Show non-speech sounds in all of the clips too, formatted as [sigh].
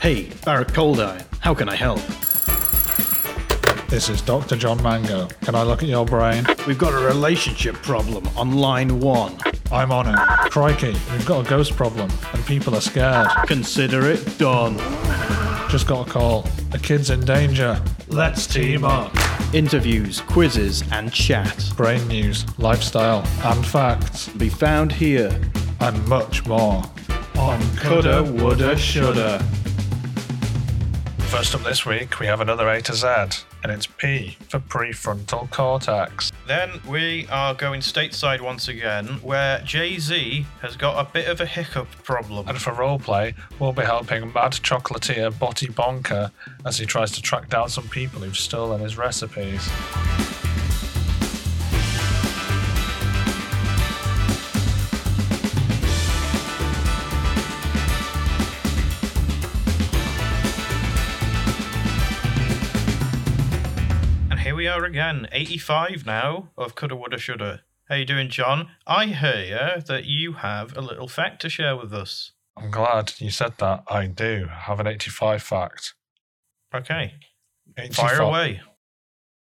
Hey, Barrack Coldeye, how can I help? This is Dr. John Mango. Can I look at your brain? We've got a relationship problem on line one. I'm on it. Crikey, we've got a ghost problem, and people are scared. Consider it done. Just got a call. A kid's in danger. Let's team up. Interviews, quizzes, and chat Brain news, lifestyle, and facts, be found here and much more. on Coulda, Woulda, Shoulda. First up this week, we have another A to Z, and it's P for prefrontal cortex. Then we are going stateside once again, where Jay Z has got a bit of a hiccup problem. And for roleplay, we'll be helping mad chocolatier Botti Bonker as he tries to track down some people who've stolen his recipes. And here we are again, 85 now of Coulda, Woulda, Shoulda. How you doing, John? I hear that you have a little fact to share with us. I'm glad you said that. I do have an 85 fact. Okay, 85. fire away.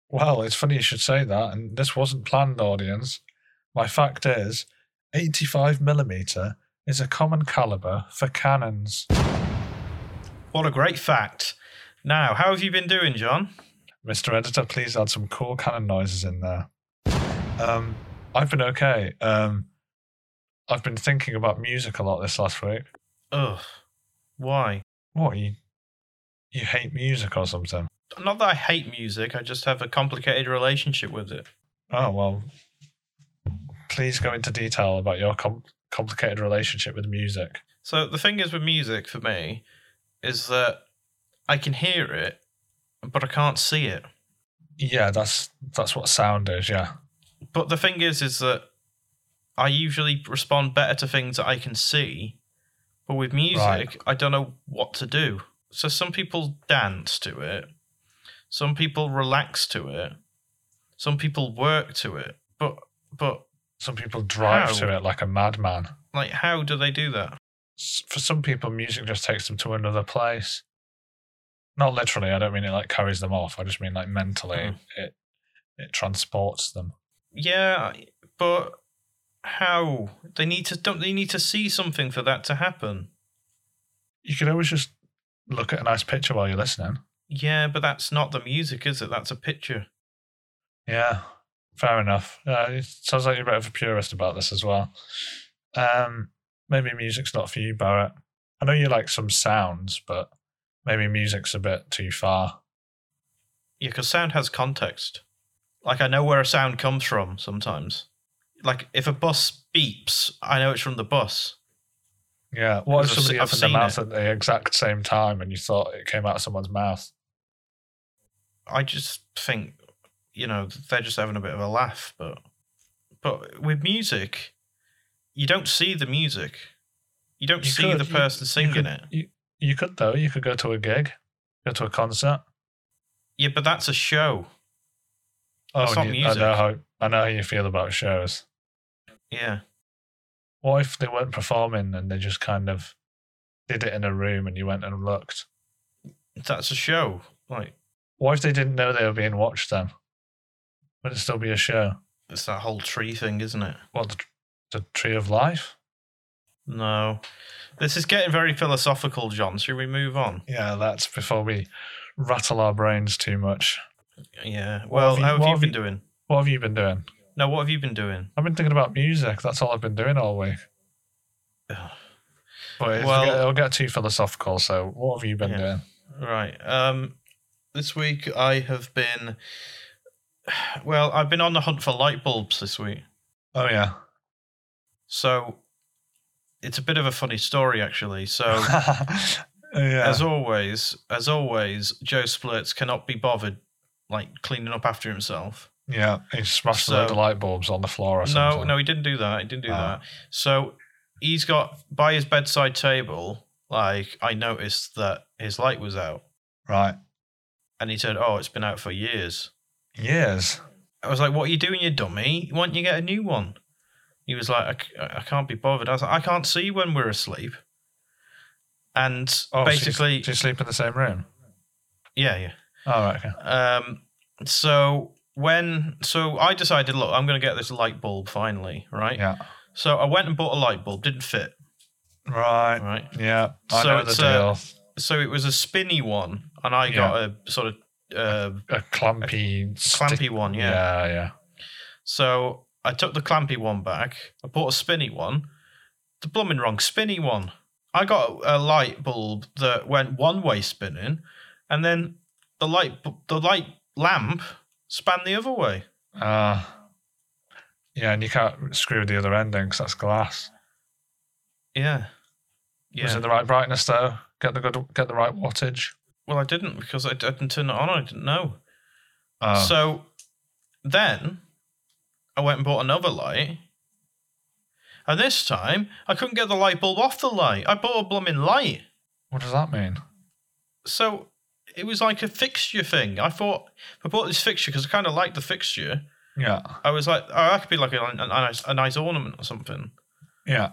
Well, it's funny you should say that, and this wasn't planned, audience. My fact is, 85 millimeter is a common caliber for cannons. What a great fact. Now, how have you been doing, John? Mr. Editor, please add some cool cannon noises in there. Um, I've been okay. Um, I've been thinking about music a lot this last week. Ugh, why? What you? You hate music or something? Not that I hate music, I just have a complicated relationship with it. Oh well. Please go into detail about your com- complicated relationship with music. So the thing is with music for me is that I can hear it, but I can't see it. Yeah, that's that's what sound is. Yeah. But the thing is, is that I usually respond better to things that I can see. But with music, Right. I don't know what to do. So some people dance to it, some people relax to it, some people work to it. But but Some people drive How? to it like a madman. like, how do they do that? S- For some people, music just takes them to another place. Not literally. I don't mean it like carries them off. I just mean like mentally, Hmm. it it transports them. Yeah, but how they need to don't they need to see something for that to happen? You could always just look at a nice picture while you're listening. Yeah, but that's not the music, is it? That's a picture. Yeah, fair enough. Uh, it sounds like you're a bit of a purist about this as well. Um, maybe music's not for you, Barrett. I know you like some sounds, but maybe music's a bit too far. Yeah, because sound has context. Like I know where a sound comes from sometimes. Like if a bus beeps, I know it's from the bus. Yeah. What if Because somebody I've se- I've opened their seen mouth it. at the exact same time and you thought it came out of someone's mouth? I just think, you know, they're just having a bit of a laugh. But but with music, you don't see the music. You don't You see could- the you- person singing you could, it. You, you could though. You could go to a gig, go to a concert. Yeah, but that's a show. That's Oh, and Oh, not you- music. I know how I know how you feel about shows. Yeah. What if they weren't performing and they just kind of did it in a room and you went and looked? That's a show. Like What if they didn't know they were being watched then? Would it still be a show? it's that whole tree thing, isn't it? What, the, the Tree of Life? No. This is getting very philosophical, John. Should we move on? Yeah, that's before we rattle our brains too much. Yeah. What Well, have you- how have what you have been you- doing? What have you been doing? No, what have you been doing? [sighs] I've been thinking about music. That's all I've been doing all week. Ugh. But it'll, Well- get, it'll get too philosophical. So, what have you been Yeah. doing? Right. Um, this week I have been. [sighs] Well, I've been on the hunt for light bulbs this week. Oh yeah. So it's a bit of a funny story, actually. So. [laughs] yeah. Um, As always, as always, Joe Splurts cannot be bothered, like cleaning up after himself. yeah. He smashed a load So- of light bulbs on the floor or No, something. no, he didn't do that. He didn't do Ah. that. So he's got by his bedside table. Like I noticed that his light was out, Right. and he said, "Oh, it's been out for years." Years. I was like, "What are you doing, you dummy? Why don't you get a new one?" He was like, "I, c- I can't be bothered." I was like, "I can't see when we're asleep." and Oh, so you- basically, do you sleep in the same room? yeah, yeah. Oh, right, okay. Um, so when so I decided, look, I'm going to get this light bulb finally, right? Yeah. So I went and bought a light bulb. Didn't fit, Right. right? Yeah. I So know the it's, uh, deal. So it was a spinny one, and I got a sort of uh, A clumpy, stick- clampy one. Yeah. Yeah, yeah. So I took the clampy one back. I bought a spinny one. The blooming wrong spinny one. I got a, a light bulb that went one way spinning, and then the light bu- the light lamp span the other way. Uh, yeah, and you can't screw with the other ending because that's glass. Yeah. Yeah. Was it the right brightness though? Get the good, get the right wattage. Well, I didn't because I, I didn't turn it on. I didn't know. Uh, So then I went and bought another light. And this time I couldn't get the light bulb off the light. I bought a blooming light. what does that mean? So it was like a fixture thing. I thought I bought this fixture because I kind of liked the fixture. Yeah, I was like, oh, that could be like a, a, nice, a nice ornament or something. yeah.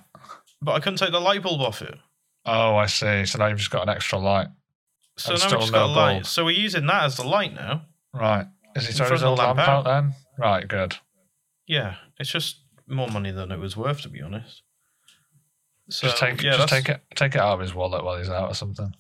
But I couldn't take the light bulb off it. Oh, I see. So now you've just got an extra light, So And now still we just no got a light. bulb. So we're using that as the light now. right? Is he In throwing front his of old the lamp lamp out then? Right, good. Yeah, it's just more money than it was worth, to be honest. So, just take, yeah, just that's- take it, take it out of his wallet while he's out or something.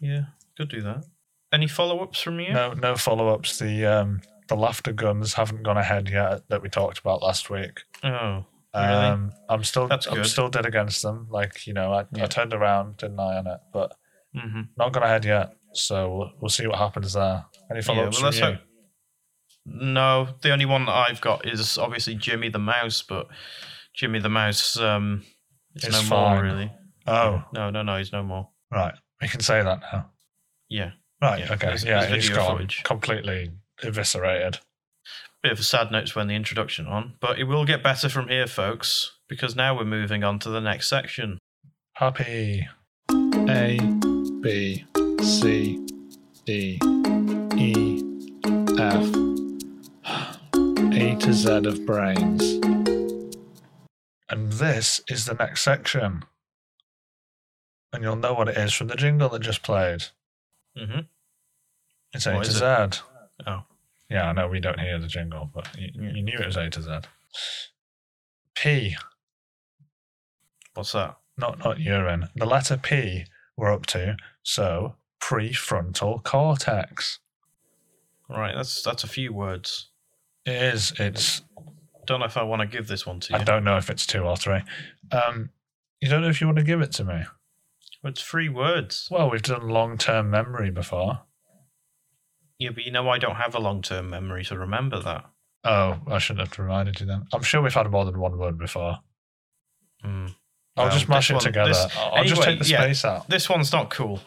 Yeah, could do that. Any follow ups from you? No, no follow ups. The um, the laughter guns haven't gone ahead yet that we talked about last week. Oh, Really? Um, I'm still, That's I'm good. still dead against them. Like you know, I, I Yeah. turned around, didn't I, on it, but mm-hmm. not gone ahead yet. So we'll, we'll see what happens there. Any follow ups well, let's from you? hope- no. The only one that I've got is obviously Jimmy the Mouse, but Jimmy the Mouse um, is It's no fine. more really. Oh, no, no, no, he's no more. right. We can say that now. Yeah, Right. Yeah, okay. there's- yeah, there's he's video gone footage. completely eviscerated. bit of a sad note to end the introduction on, but it will get better from here, folks, because now we're moving on to the next section. Happy. A, B, C, D, E, F. A to Z of brains. And this is the next section. And you'll know what it is from the jingle that just played. Mm-hmm. It's A What to is Z. Oh. Yeah, I know we don't hear the jingle, but you, Yeah. you knew it was A to Z. P, What's that? not not urine. The letter P we're up to, so prefrontal cortex. Right, that's that's a few words. It is. It's. Don't know if I want to give this one to you. I don't know if it's two or three. Um, you don't know if you want to give it to me. It's three words. Well, we've done long-term memory before. Yeah, but you know I don't have a long term memory to remember that. Oh, I shouldn't have reminded you then. I'm sure we've had more than one word before. Um, Hmm. I'll Well, just mash this it one- together. this- I'll I'll just anyway, take the yeah. space out. [laughs] This one's not cool.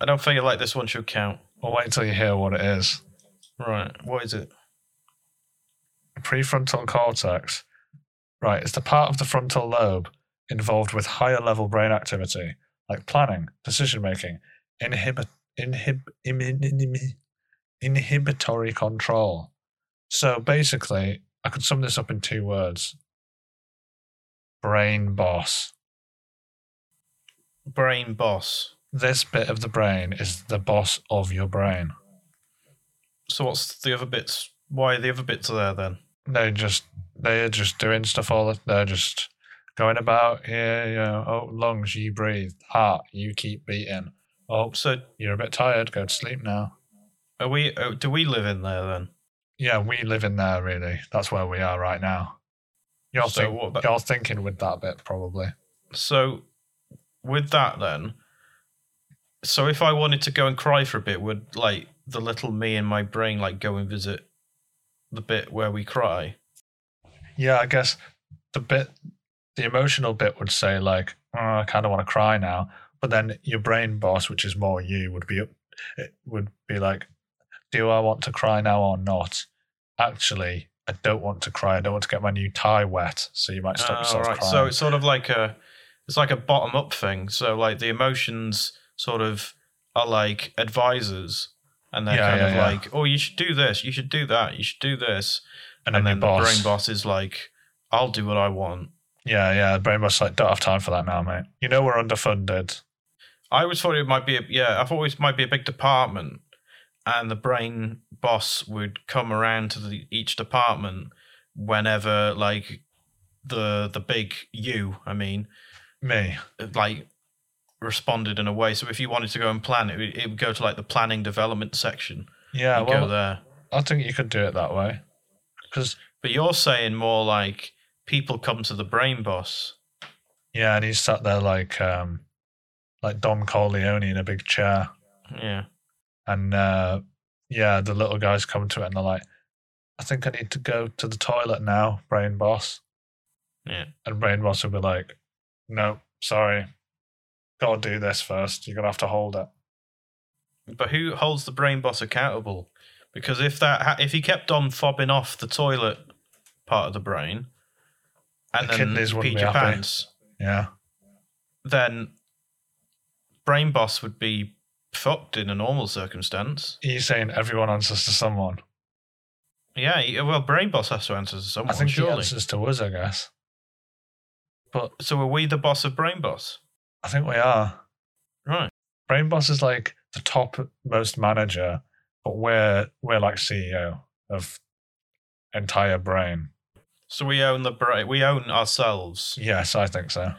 I don't feel like this one should count. I'll wait until you hear what it is. Right, what is it? Prefrontal cortex. Right, it's the part of the frontal lobe involved with higher level brain activity, like planning, decision making, inhibit, inhib, imin- inimi- inhibitory control. So basically, I could sum this up in two words brain boss. Brain boss. this bit of the brain is the boss of your brain. So what's the other bits? Why are the other bits there then? They just they're just doing stuff all the they're just going about yeah yeah oh lungs you breathe heart you keep beating oh So you're a bit tired go to sleep now are we? oh, Do we live in there then? yeah we live in there really that's where we are right now you're, So think- what about- you're thinking with that bit probably So with that then. So if I wanted to go and cry for a bit, would like the little me in my brain like go and visit the bit where we cry? yeah I guess the bit the emotional bit would say like oh, I kind of want to cry now but then your brain boss which is more you would be up it would be like do I want to cry now or not? Actually, I don't want to cry. I don't want to get my new tie wet. So you might stop Ah, yourself right. crying. So it's sort of like a, it's like a bottom up thing. So like the emotions sort of are like advisors, and they're Yeah, kind yeah, of yeah. like, oh, you should do this, you should do that, you should do this, and and, then, then your the boss, brain boss is like, I'll do what I want, Yeah, yeah, very much like don't have time for that now, mate. You know we're underfunded. I always thought it might be a, yeah, I've always might be a big department, and the brain boss would come around to the, each department whenever like the the big you, I mean, Me. like responded in a way. So if you wanted to go and plan, it would, it would go to like the planning development section. Yeah, You'd go well, there. I think you could do it that way. Because But you're saying more like people come to the brain boss. yeah, and he's sat there like um, like Don Corleone in a big chair. Yeah. And uh, yeah, the little guys come to it and they're like, I think I need to go to the toilet now, Brain Boss. Yeah. And Brain Boss will be like, No, sorry. Gotta do this first. You're gonna have to hold it. But who holds the brain boss accountable? Because if that ha- if he kept on fobbing off the toilet part of the brain, and The then kidneys you wouldn't peed be your happy. pants, Yeah. then brain boss would be fucked in a normal circumstance. Are you saying everyone answers to someone? Yeah, he- well, brain boss has to answer to someone. I think the surely. answers to us, I guess. But So are we the boss of brain boss? I think we are. Right. Brain Boss is like the top most manager, but we're we're like CEO of entire brain. So we own the brain. We own ourselves, Yes, I think so.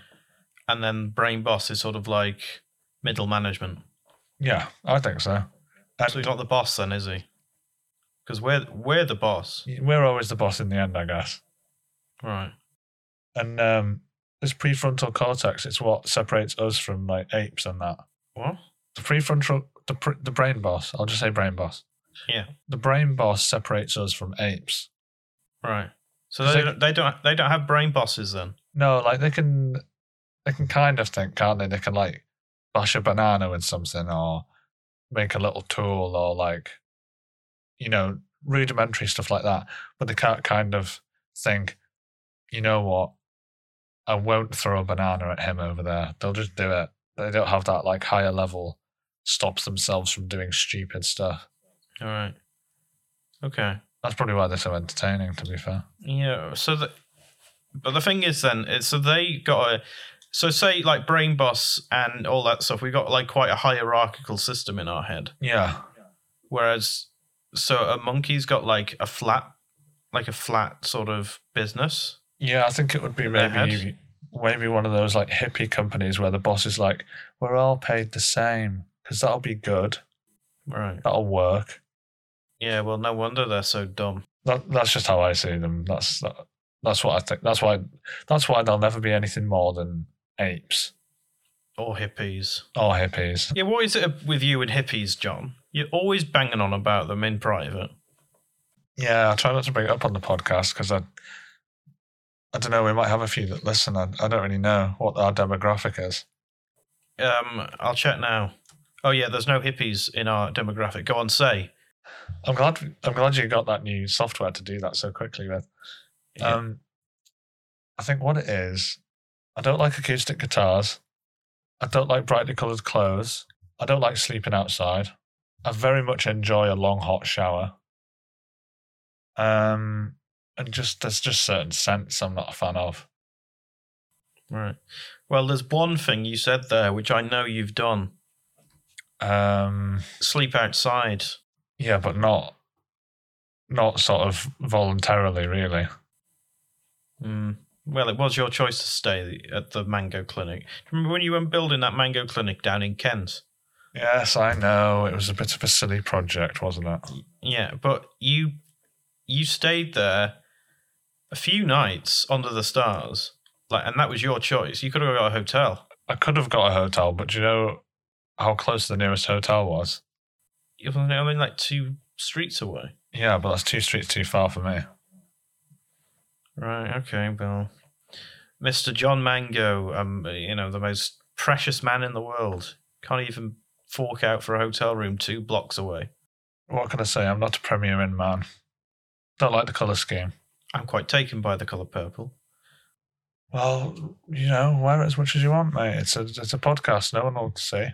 and then brain boss is sort of like middle management. Yeah, I think so. So he's not the boss then, is he? Because we're we're the boss. We're always the boss in the end, I guess. Right. And um, this prefrontal cortex, it's what separates us from like apes and that. What? The prefrontal, the pr- the brain boss. I'll just say brain boss. Yeah. The brain boss separates us from apes. Right. So Is they it- don't, they don't they don't have brain bosses then. No, like they can, they can kind of think, can't they? They can like bash a banana with something, or make a little tool, or like, you know, rudimentary stuff like that. But they can't kind of think, you know what? I won't throw a banana at him over there. They'll just do it. They don't have that like higher level stops themselves from doing stupid stuff. All right. Okay. That's probably why they're so entertaining. To be fair, Yeah. So the but the thing is then is so they got a so say like brain boss and all that stuff. We got like quite a hierarchical system in our head. yeah, Whereas so a monkey's got like a flat like a flat sort of business. Yeah, I think it would be their maybe heads? maybe one of those like hippie companies where the boss is like, "We're all paid the same because that'll be good, Right. that'll work." Yeah, well no wonder they're so dumb. That that's just how I see them. That's that, that's what I think. That's why that's why they'll never be anything more than apes Or hippies. or hippies. Yeah, what is it with you and hippies, John? You're always banging on about them in private. Yeah, I try not to bring it up on the podcast because I. I don't know. We might have a few that listen. I, I don't really know what our demographic is. Um, I'll check now. Oh yeah, there's no hippies in our demographic. Go on, say. I'm glad. I'm glad you got that new software to do that so quickly with. Yeah. Um, I think what it is, I don't like acoustic guitars. I don't like brightly coloured clothes. I don't like sleeping outside. I very much enjoy a long hot shower. Um, and just there's just certain scents I'm not a fan of. Right. Well, there's one thing you said there, which I know you've done. Um, Sleep outside. yeah, but not, not sort of voluntarily, really. Mm. Well, it was your choice to stay at the Mango Clinic. Remember when you went building that Mango Clinic down in Kent? Yes, I know it was a bit of a silly project, wasn't it? Yeah, but you you stayed there a few nights under the stars, like, and that was your choice. You could have got a hotel. I could have got a hotel, but do you know how close the nearest hotel was? It was only like two streets away. Yeah, but that's two streets too far for me. Right. Okay. Well, Mr. John Mango, um, you know the most precious man in the world, can't even fork out for a hotel room two blocks away. What can I say? I'm not a Premier Inn man. Don't like the colour scheme. I'm quite taken by the color purple. Well, you know, wear it as much as you want, mate. It's a it's a podcast. No one will see.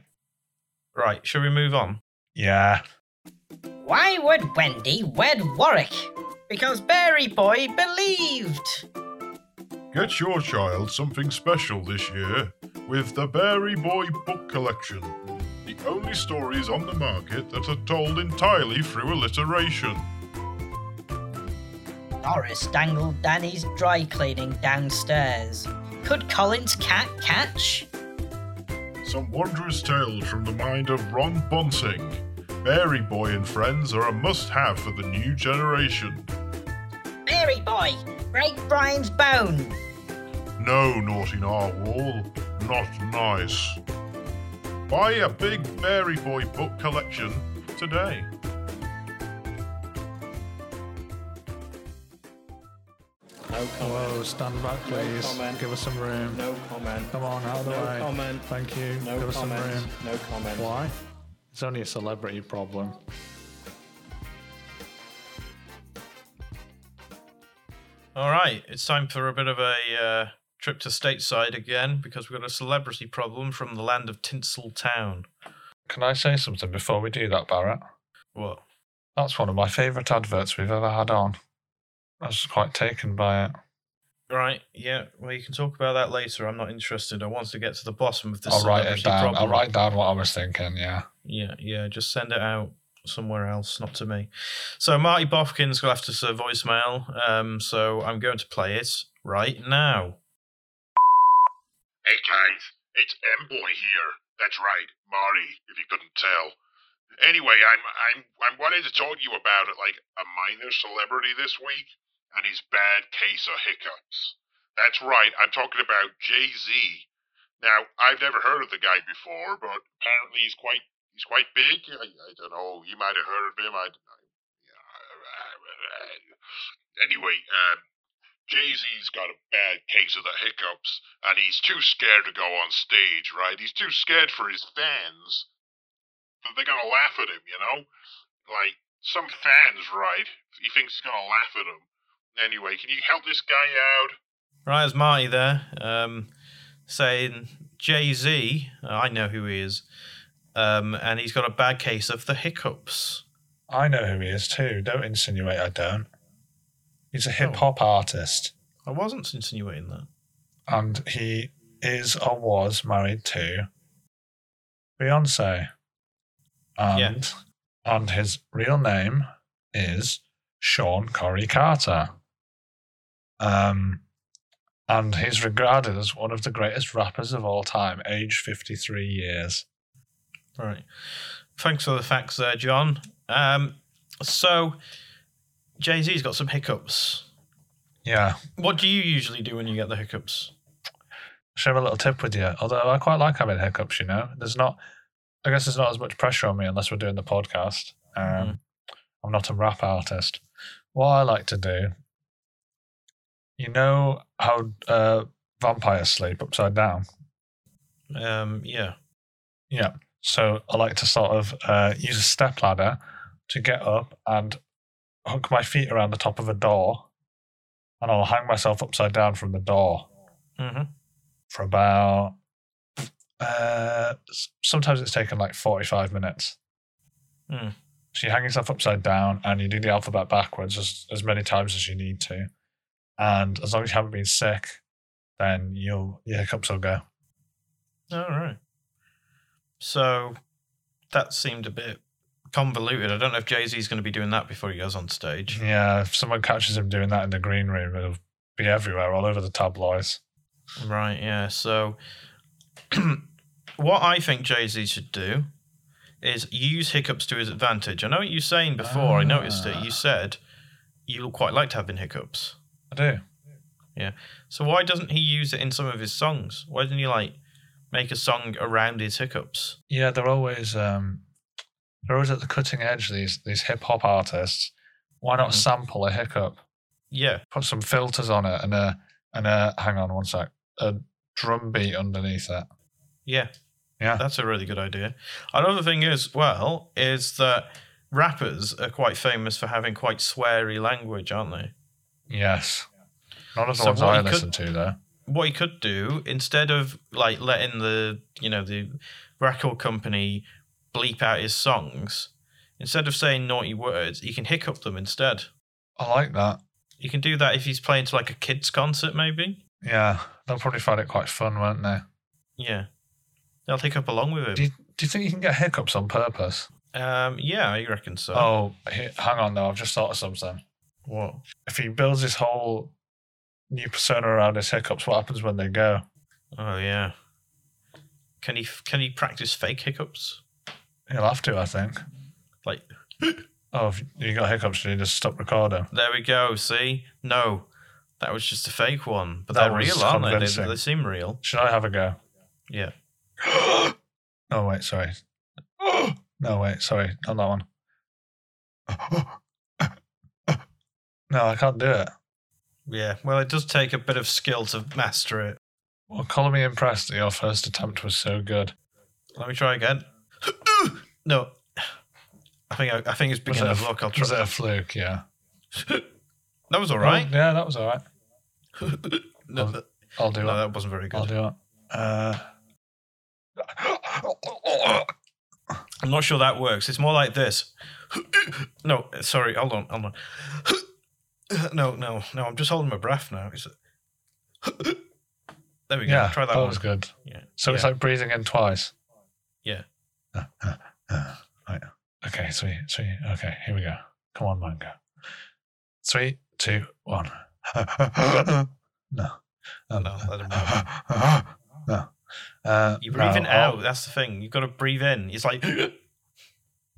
Right. Shall we move on? Yeah. Why would Wendy wed Warwick? Because Berry Boy believed. Get your child something special this year with the Berry Boy Book Collection. The only stories on the market that are told entirely through alliteration. Doris dangled Danny's dry cleaning downstairs. Could Colin's cat catch? Some wondrous tales from the mind of Ron Bonsing. Berry Boy and Friends are a must have for the new generation. Mary boy, break Brian's bone. No, naughty narwhal, not nice. Buy a big Berry Boy book collection today. No Whoa, comment. stand back, No please. comment. Give us some room. No comment. Come on, out of the No way. comment. Thank you. No Give us some comment. room. No comment. Why? It's only a celebrity problem. All right, it's time for a bit of a uh, trip to stateside again because we've got a celebrity problem from the land of Tinsel Town. Can I say something before we do that, Barrett? What? That's one of my favourite adverts we've ever had on. I was quite taken by it. Right, yeah, well, you can talk about that later. I'm not interested. I want to get to the bottom of this I'll write celebrity it down. problem. I'll write down what I was thinking. Yeah. Yeah, yeah, just send it out somewhere else, not to me. So Marty Bofkin's left us a voicemail, um, so I'm going to play it right now. Hey guys, it's M Boy here. That's right, Mari, if you couldn't tell. Anyway, I'm I'm I'm wanting to talk to you about it, like a minor celebrity this week and his bad case of hiccups. That's right, I'm talking about Jay Z. Now, I've never heard of the guy before, but apparently he's quite he's quite big. I, I don't know. You might have heard of him. I, I anyway, um, Jay Z's got a bad case of the hiccups, and he's too scared to go on stage, right? He's too scared for his fans that they're gonna laugh at him, you know? Like, some fans, right? He thinks he's gonna laugh at them. Anyway, can you help this guy out? Right, it's Marty there, um, saying Jay Z. I know who he is, um, and he's got a bad case of the hiccups. I know who he is too. Don't insinuate I don't. He's a hip hop artist, I wasn't insinuating that. and he is or was married to Beyonce, and and his real name is Sean Corey Carter. Um, and he's regarded as one of the greatest rappers of all time, age fifty three years. Right. Thanks for the facts there, John. Um, so, Jay Z's got some hiccups. Yeah. What do you usually do when you get the hiccups? share a little tip with you. Although I quite like having hiccups, you know. There's not, I guess there's not as much pressure on me unless we're doing the podcast. Um, I'm not a rap artist. What I like to do, you know how uh, vampires sleep upside down. Um, yeah. Yeah. So I like to sort of uh, use a step ladder to get up and hook my feet around the top of a door, and I'll hang myself upside down from the door. hmm for about uh s- sometimes it's taken like 45 minutes Hmm. so you hang yourself upside down and you do the alphabet backwards as, as many times as you need to and as long as you haven't been sick then you'll your hiccups will go All right. So, that seemed a bit convoluted. I don't know if Jay Z's going to be doing that before he goes on stage. yeah if someone catches him doing that in the green room it'll be everywhere all over the tabloids Right, yeah. So, [clears throat] what I think Jay Z should do is use hiccups to his advantage. I know what you were saying before, I noticed it. You said you quite liked having hiccups. i do So, why doesn't he use it in some of his songs? Why doesn't he, like, make a song around his hiccups? yeah they're always um they're always at the cutting edge these these hip-hop artists why not Mhm. sample a hiccup Yeah, put some filters on it and a and a hang on one sec a drum beat underneath it. yeah. Yeah. That's a really good idea. Another thing is, well, is that rappers are quite famous for having quite sweary language, aren't they? Yes, not as the So ones what I you could- listen to though. what he could do instead of like letting the you know the record company bleep out his songs instead of saying naughty words he can hiccup them instead I like that. he can do that if he's playing to like a kids concert maybe Yeah, they'll probably find it quite fun, won't they? Yeah. They'll think up along with him. Do you, do you think you can get hiccups on purpose? um, yeah, I reckon so. Oh, he- hang on though, I've just thought of something. What? If he builds his whole new persona around his hiccups, what happens when they go? Oh yeah. Can he can he practice fake hiccups? He'll have to, I think. Like [gasps] Oh, if you got hiccups, should you just stop recording? there we go. See, no, that was just a fake one, but That they're was real, aren't they? they? convincing. They seem real. Should I have a go? [gasps] Yeah. No, wait, [gasps] sorry. No, wait, sorry, not that one. [gasps] No, I can't do it. Yeah. Well, it does take a bit of skill to master it. Well, call me impressed that your first attempt was so good. Let me try again. [gasps] no. I think I, I think it's Was it, beginner's a- luck. I'll was it try. a fluke? Yeah. [laughs] That was all right. Oh, yeah, that was all right. No, Oh, th- I'll do no, it. that wasn't very I'll good. do it. Uh, I'm not sure that works. It's more like this. [gasps] no, sorry, hold on, hold on. [gasps] no, no, no, I'm just holding my breath now. It's there we go. yeah, Try that, that one. was good. Yeah. So it's Yeah. like breathing in twice. Yeah. Uh, uh, uh, right. [laughs] Okay, sweet, sweet. Okay, here we go. Come on, man, go. Three, two, one. [laughs] no. Um, No, let him [laughs] no. Uh, You're breathing no, I'll- out. That's the thing. You've got to breathe in. It's [laughs] like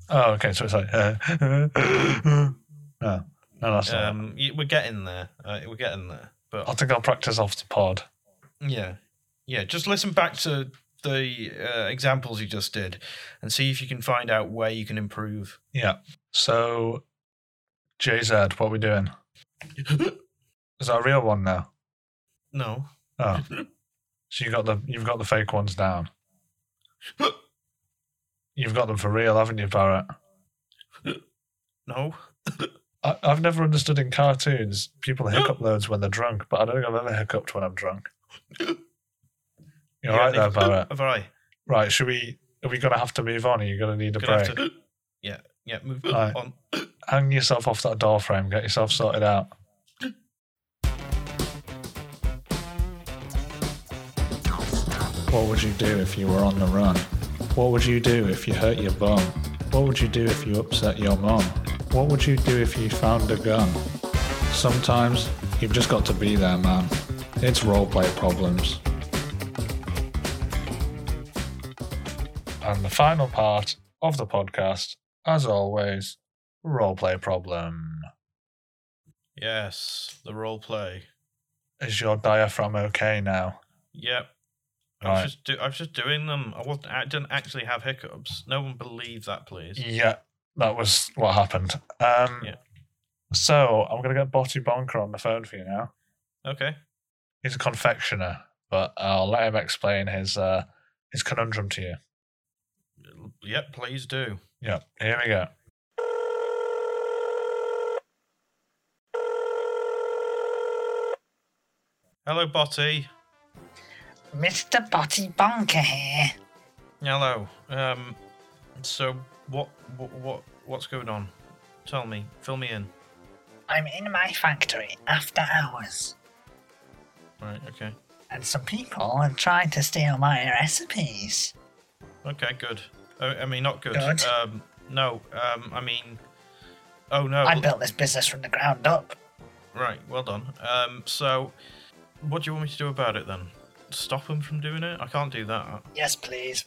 Oh, okay. So it's like, uh, [laughs] no, no, that's not. um, y- we're getting there. Uh, we're getting there. But I think I'll practice off the pod. Yeah. Yeah. Just listen back to the uh, examples you just did and see if you can find out where you can improve. Yeah. So, JZ, what are we [laughs] doing? Is that a real one now? no. Oh, so you got the you've got the fake ones down. [gasps] You've got them for real, haven't you, Barrett? No. I, I've never understood in cartoons people [gasps] hiccup loads when they're drunk, but I don't think I've ever hiccuped when I'm drunk. [laughs] You're Yeah, right they- there, Barrett. Have I? Right, should we? Are we gonna have to move on? Are you gonna need a Gonna break? have to. Yeah. Yeah. Move Right. on. hang yourself off that door frame, get yourself sorted out. What would you do if you were on the run? What would you do if you hurt your bum? What would you do if you upset your mum? What would you do if you found a gun? Sometimes you've just got to be there, man. It's roleplay problems. And the final part of the podcast, as always, roleplay problem. Yes. The role play. Is your diaphragm okay now? Yep. I was Right. just do. I was just doing them. I wasn't. I didn't actually have hiccups. No one believes that, please. Yeah, that was what happened. Um, Yeah. So I'm going to get Botti Bonker on the phone for you now. Okay. He's a confectioner, but I'll let him explain his uh, his conundrum to you. Yep. Please do. Yeah, here we go. Hello, Botty. Mr. Botty Bonker here. Hello. Um. So what? What? What? What's going on? Tell me. Fill me in. I'm in my factory after hours, Right. Okay. and some people have tried to steal my recipes. Okay. Good. Oh, I mean, not good. Good. Um. No. Um. I mean. Oh no. I built this business from the ground up. Right. Well done. Um. So, what do you want me to do about it then? Stop them from doing it? I can't do that. Well, Yes, please.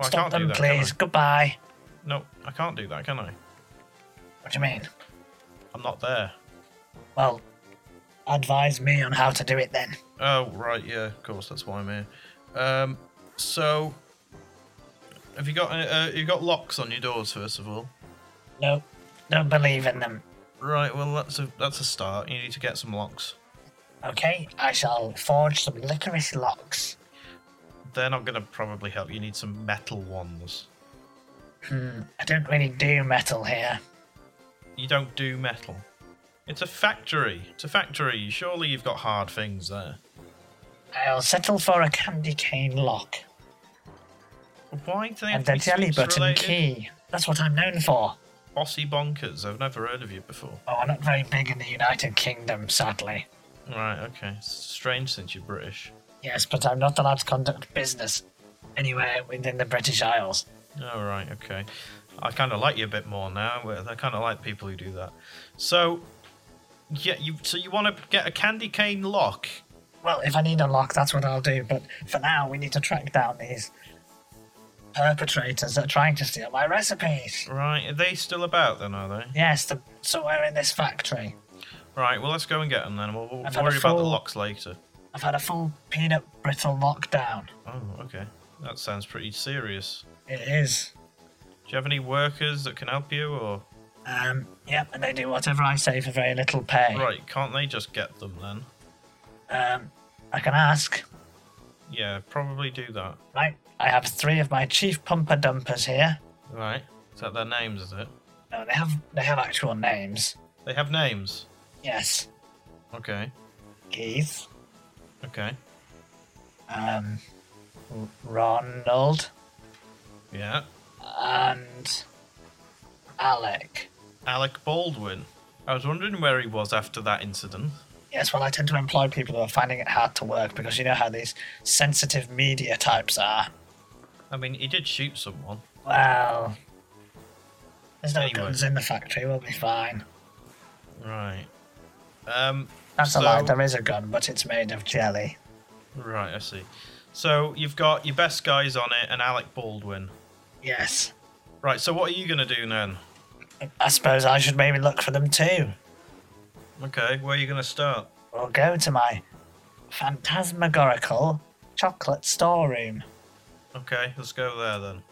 I Stop can't do them, that, can I? please. Goodbye. No, I can't do that, can I? What do you mean? I'm not there. Well, advise me on how to do it then. Oh right, yeah, of course. That's why I'm here. Um, so, have you got uh, uh, you got locks on your doors first of all? No, don't believe in them. Right. Well, that's a that's a start. You need to get some locks. Okay, I shall forge some licorice locks. They're not going to probably help. You need some metal ones. Hmm, I don't really do metal here. You don't do metal. It's a factory. It's a factory. Surely you've got hard things there. I'll settle for a candy cane lock Why do they have and to a be jelly sex button related? key. That's what I'm known for. Bossy bonkers. I've never heard of you before. Oh, we're not very big in the United Kingdom, sadly. Right, okay. It's strange since you're British. Yes, but I'm not allowed to conduct business anywhere within the British Isles. Oh, right, okay. I kind of like you a bit more now. I kind of like people who do that. So, yeah, you so you want to get a candy cane lock? Well, if I need a lock, that's what I'll do. But for now, we need to track down these perpetrators that are trying to steal my recipes. Right, are they still about then, are they? Yes, the, somewhere in this factory. Right, well, let's go and get them then. We'll, we'll I've had worry a about the full- locks later. I've had a full peanut brittle lockdown. Oh, okay. That sounds pretty serious. It is. Do you have any workers that can help you, or Um, yep, and they do whatever I say for very little pay. right? Can't they just get them then? Um, I can ask. Yeah, probably do that. Right, I have three of my chief pumper dumpers here. Right? Is that their names? Is it? No, Uh, they have they have actual names. They have names. Yes, Okay. Keith, Okay. um, R- Ronald, Yeah. and Alec. Alec Baldwin. I was wondering where he was after that incident. Yes, well, I tend to employ people who are finding it hard to work because you know how these sensitive media types are. I mean, he did shoot someone. Well, there's no Anyway. guns in the factory. We'll be fine. Right. Um. That's a lie. So- There is a gun, but it's made of jelly. Right. I see. So you've got your best guys on it and Alec Baldwin. Yes. Right. So what are you gonna do then? I suppose I should maybe look for them too. Okay. Where are you gonna start? We'll go to my phantasmagorical chocolate storeroom. Okay. Let's go there then.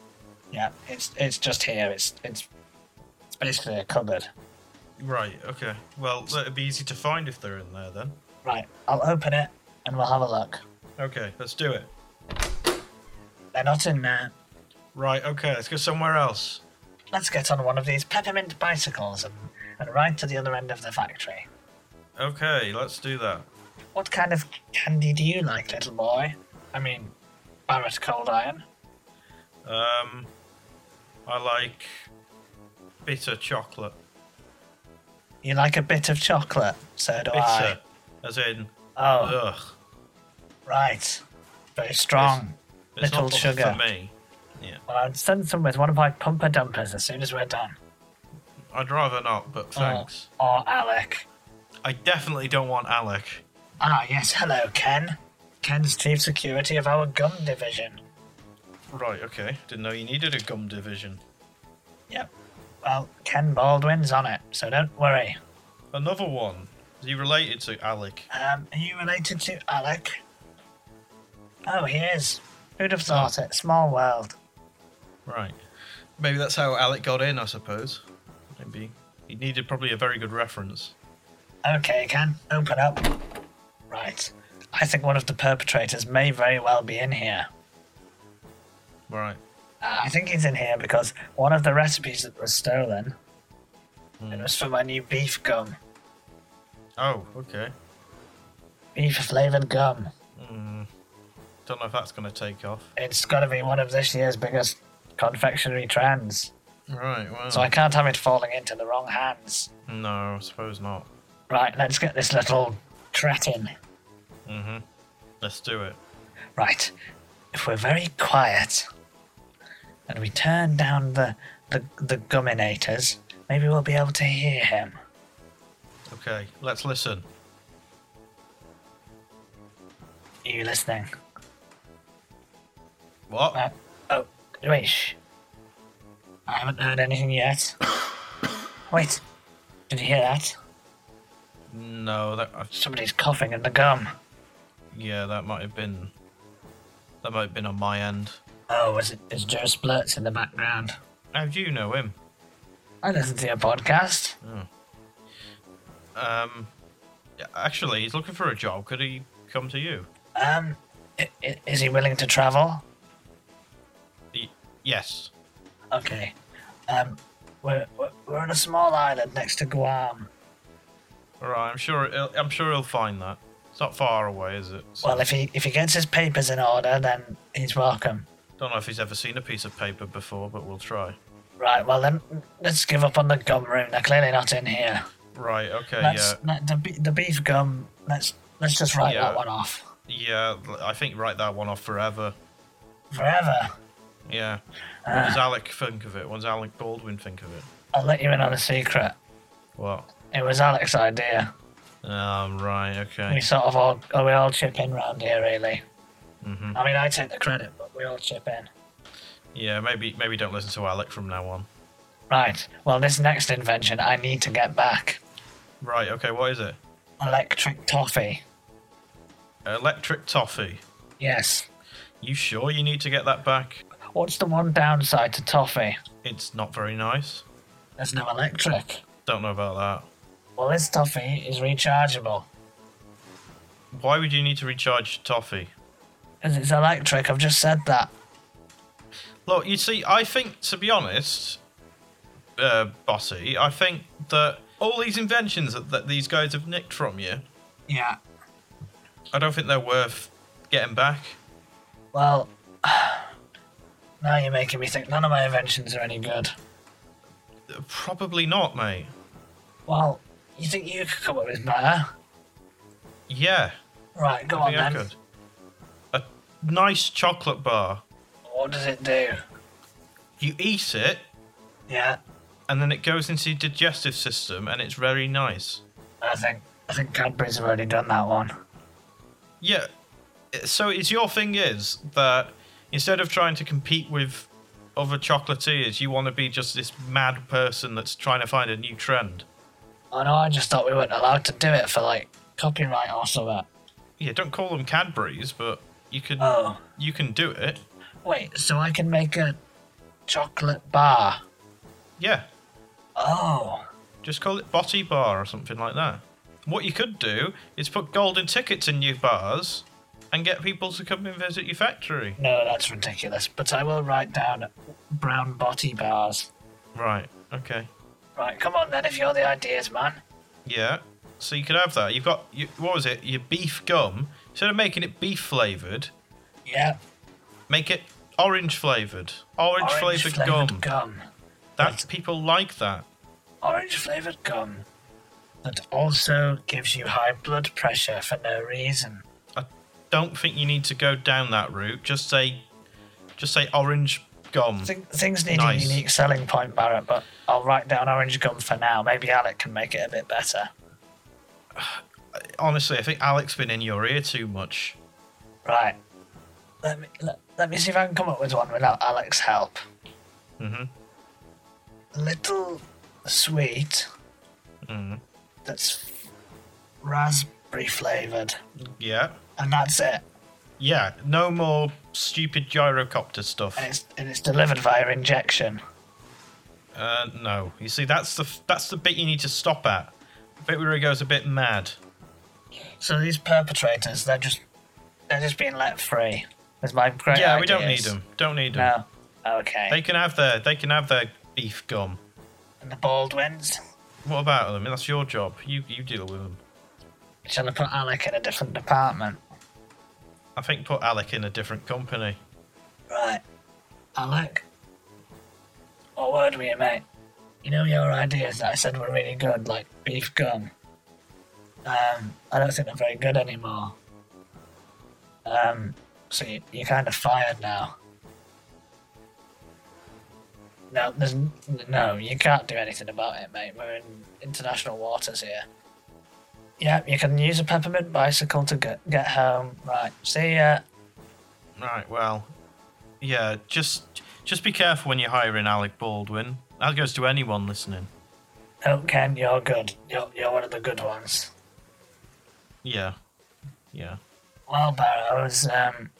Yeah, it's it's just here. It's it's it's basically a cupboard. Right, okay. Well, it'd be easy to find if they're in there then. Right, I'll open it and we'll have a look. Okay, let's do it. They're not in there. Right, okay, let's go somewhere else. Let's get on one of these peppermint bicycles and, and ride to the other end of the factory. Okay, let's do that. What kind of candy do you like, little boy? I mean, Barrett Cold Iron. Um, I like bitter chocolate. You like a bit of chocolate, so do Bitter, I. as in, Oh, ugh. right. Very strong. It's Little not for- sugar. for me. Well, I'd send some with one of my pumper dumpers as soon as we're done. I'd rather not, Oh. but thanks. Or Alec. I definitely don't want Alec. Ah, yes, hello, Ken. Ken's chief security of our gun division. Right, okay. Didn't know you needed a gum division. Yep. Well, Ken Baldwin's on it, so don't worry. Another one. Is he related to Alec? Um, are you related to Alec? Oh, he is. Who'd have thought it? Small world. Right. Maybe that's how Alec got in, I suppose. Maybe. He needed probably a very good reference. Okay, Ken, open up. Right. I think one of the perpetrators may very well be in here. Right. Uh, I think he's in here because one of the recipes that was stolen it was for my new beef gum. Oh, okay. Beef flavored gum. Don't know if that's going to take off. It's got to be one of this year's biggest confectionery trends. Right, well. So I can't have it falling into the wrong hands. No, I suppose not. Right, let's get this little cretin. Let's do it. Right. If we're very quiet and we turn down the the, the gumminators, maybe we'll be able to hear him. Okay, let's listen. Are you listening? What? Uh, oh, wait. shh. I haven't heard anything yet. [coughs] wait. Did you hear that? No, that. I, Somebody's coughing in the gum. yeah, that might have been. That might have been on my end. Oh, was it? Is Joe Splurts in the background? How do you know him? I listen to your podcast. Um. yeah, Actually, he's looking for a job. Could he come to you? Um, i- i- is he willing to travel? He, yes. Okay. Um, we're, we're- we're on a small island next to Guam. All right. I'm sure. He'll, I'm sure he'll find that. It's not far away, is it? So- Well, if he if he gets his papers in order, then he's welcome. Don't know if he's ever seen a piece of paper before, but we'll try. Right. Well, then let's give up on the gum room. They're clearly not in here. Right, okay, Let's yeah. let the be- the beef gum. Let's Let's just write Yeah. that one off. Yeah, I think write that one off forever. Forever. Yeah. What Ah, does Alec think of it? What does Alec Baldwin think of it? I'll let you in on a secret. What? It was Alex's idea. Um, right, We okay. sort of all oh, we all chip in round here, really. hmm I mean, I take the credit, but we all chip in. Yeah, maybe maybe don't listen to Alec from now on. Right. Well, this next invention I need to get back. Right, okay, what is it? Electric toffee. Electric toffee. Yes. You sure you need to get that back? What's the one downside to toffee? It's not very nice. There's no electric. Don't know about Well, this toffee is rechargeable. that. Why would you need to recharge toffee? Because it's electric, I've just said that. Look, you see, I think, to be honest, uh, Bossy, I think that all these inventions that, that these guys have nicked from you, Yeah. I don't think they're worth getting back. Well, [sighs] now you're making me think none of my inventions are any good. Probably not, mate. Well, you think you could come up with better? Yeah, Right, go I on think I then. could. A nice chocolate bar. What does it do? You eat it, Yeah, and then it goes into your digestive system, and it's very nice. I think I think Cadbury's have already done that one. Yeah. So it's your thing is that instead of trying to compete with other chocolatiers, you want to be just this mad person that's trying to find a new trend. I know. I just thought we weren't allowed to do it for like copyright or something. Yeah, don't call them Cadbury's, but you can Oh, you can do it. wait. So I can make a chocolate bar. Yeah, Oh, just call it Botty Bar or something like that. What you could do is put golden tickets in your bars and get people to come and visit your factory. no, that's ridiculous. But I will write down brown body bars. Right. Okay. Right, come on then. If you're the ideas man. Yeah. So you could have that. You've got you, what was it? Your beef gum. Instead of making it beef flavored, Yeah. Make it orange flavored. Orange, flavored gum. flavoured gum. That people like that. Orange flavored gum. That also gives you high blood pressure for no reason. I don't think you need to go down that route. Just say, just say orange gum. Thing- Things need Nice. a unique selling point, Barrett, but I'll write down orange gum for now. Maybe Alec can make it a bit better. Honestly, I think Alec's been in your ear too much. Right. Let me let, let me see if I can come up with one without Alec's help. Mhm. Little sweet Mhm. that's raspberry flavored, Yeah. and that's it. Yeah. No more stupid gyrocopter stuff. And it's and it's delivered via injection. Uh, no. You see, that's the that's the bit you need to stop at. The bit where it goes a bit mad. So these perpetrators, they're just they're just being let free. With my great yeah, we don't need ideas. them. Don't need them. No. Okay. They can have their they can have their beef gum. And the Baldwins. What about them? That's your job. You you deal with them. Shall I put Alec in a different department? I think put Alec in a different company. Right. Alec? What word were you, mate? You know your ideas that I said were really good, like beef gum. Um, I don't think they're very good anymore. Um, so you, you're kind of fired now. No, there's n- no, you can't do anything about it, mate. We're in international waters here. Yeah, you can use a peppermint bicycle to get get home. Right, see ya. Right. Well, yeah. Just just be careful when you're hiring Alec Baldwin. That goes to anyone listening. Oh, Ken, you're good. You're, you're one of the good ones. Yeah. Yeah. Well, Barrow, I was, um,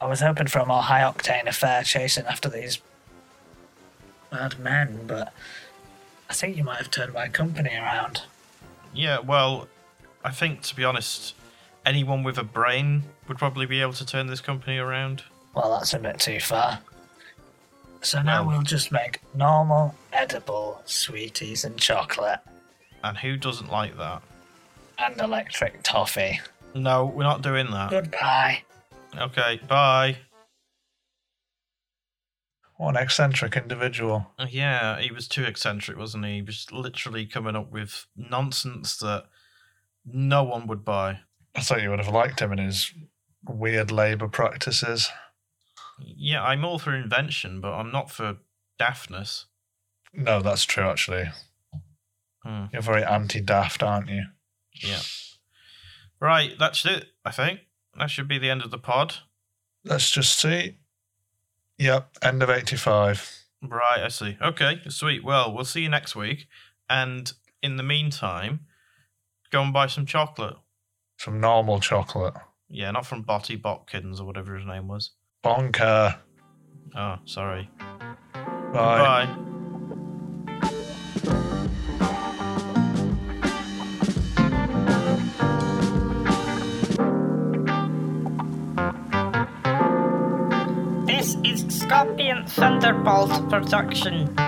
I was hoping for a more high octane affair chasing after these mad men, but I think you might have turned my company around. Yeah. Well, I think to be honest, anyone with a brain would probably be able to turn this company around. Well, that's a bit too far. So now Well- we'll just make normal, edible sweeties and chocolate And who doesn't like that? and electric toffee. No, we're not doing that. Goodbye. Okay. Bye. What an eccentric individual. Uh, Yeah, he was too eccentric, wasn't he? He was literally coming up with nonsense that no one would buy. I thought you would have liked him and his weird labour practices. Yeah, I'm all for invention, but I'm not for daftness. No, that's true, actually. Hmm. You're very anti daft, aren't you? Yeah. Right, that's it, I think. That should be the end of the pod. Let's just see. Yep, end of 85. Right, I see. Okay, sweet. Well, we'll see you next week. And in the meantime, go and buy some chocolate. Some normal chocolate. Yeah, not from Botty Botkins or whatever his name was. Bonker. Oh, sorry. Bye. Bye. This is Scorpion Thunderbolt production.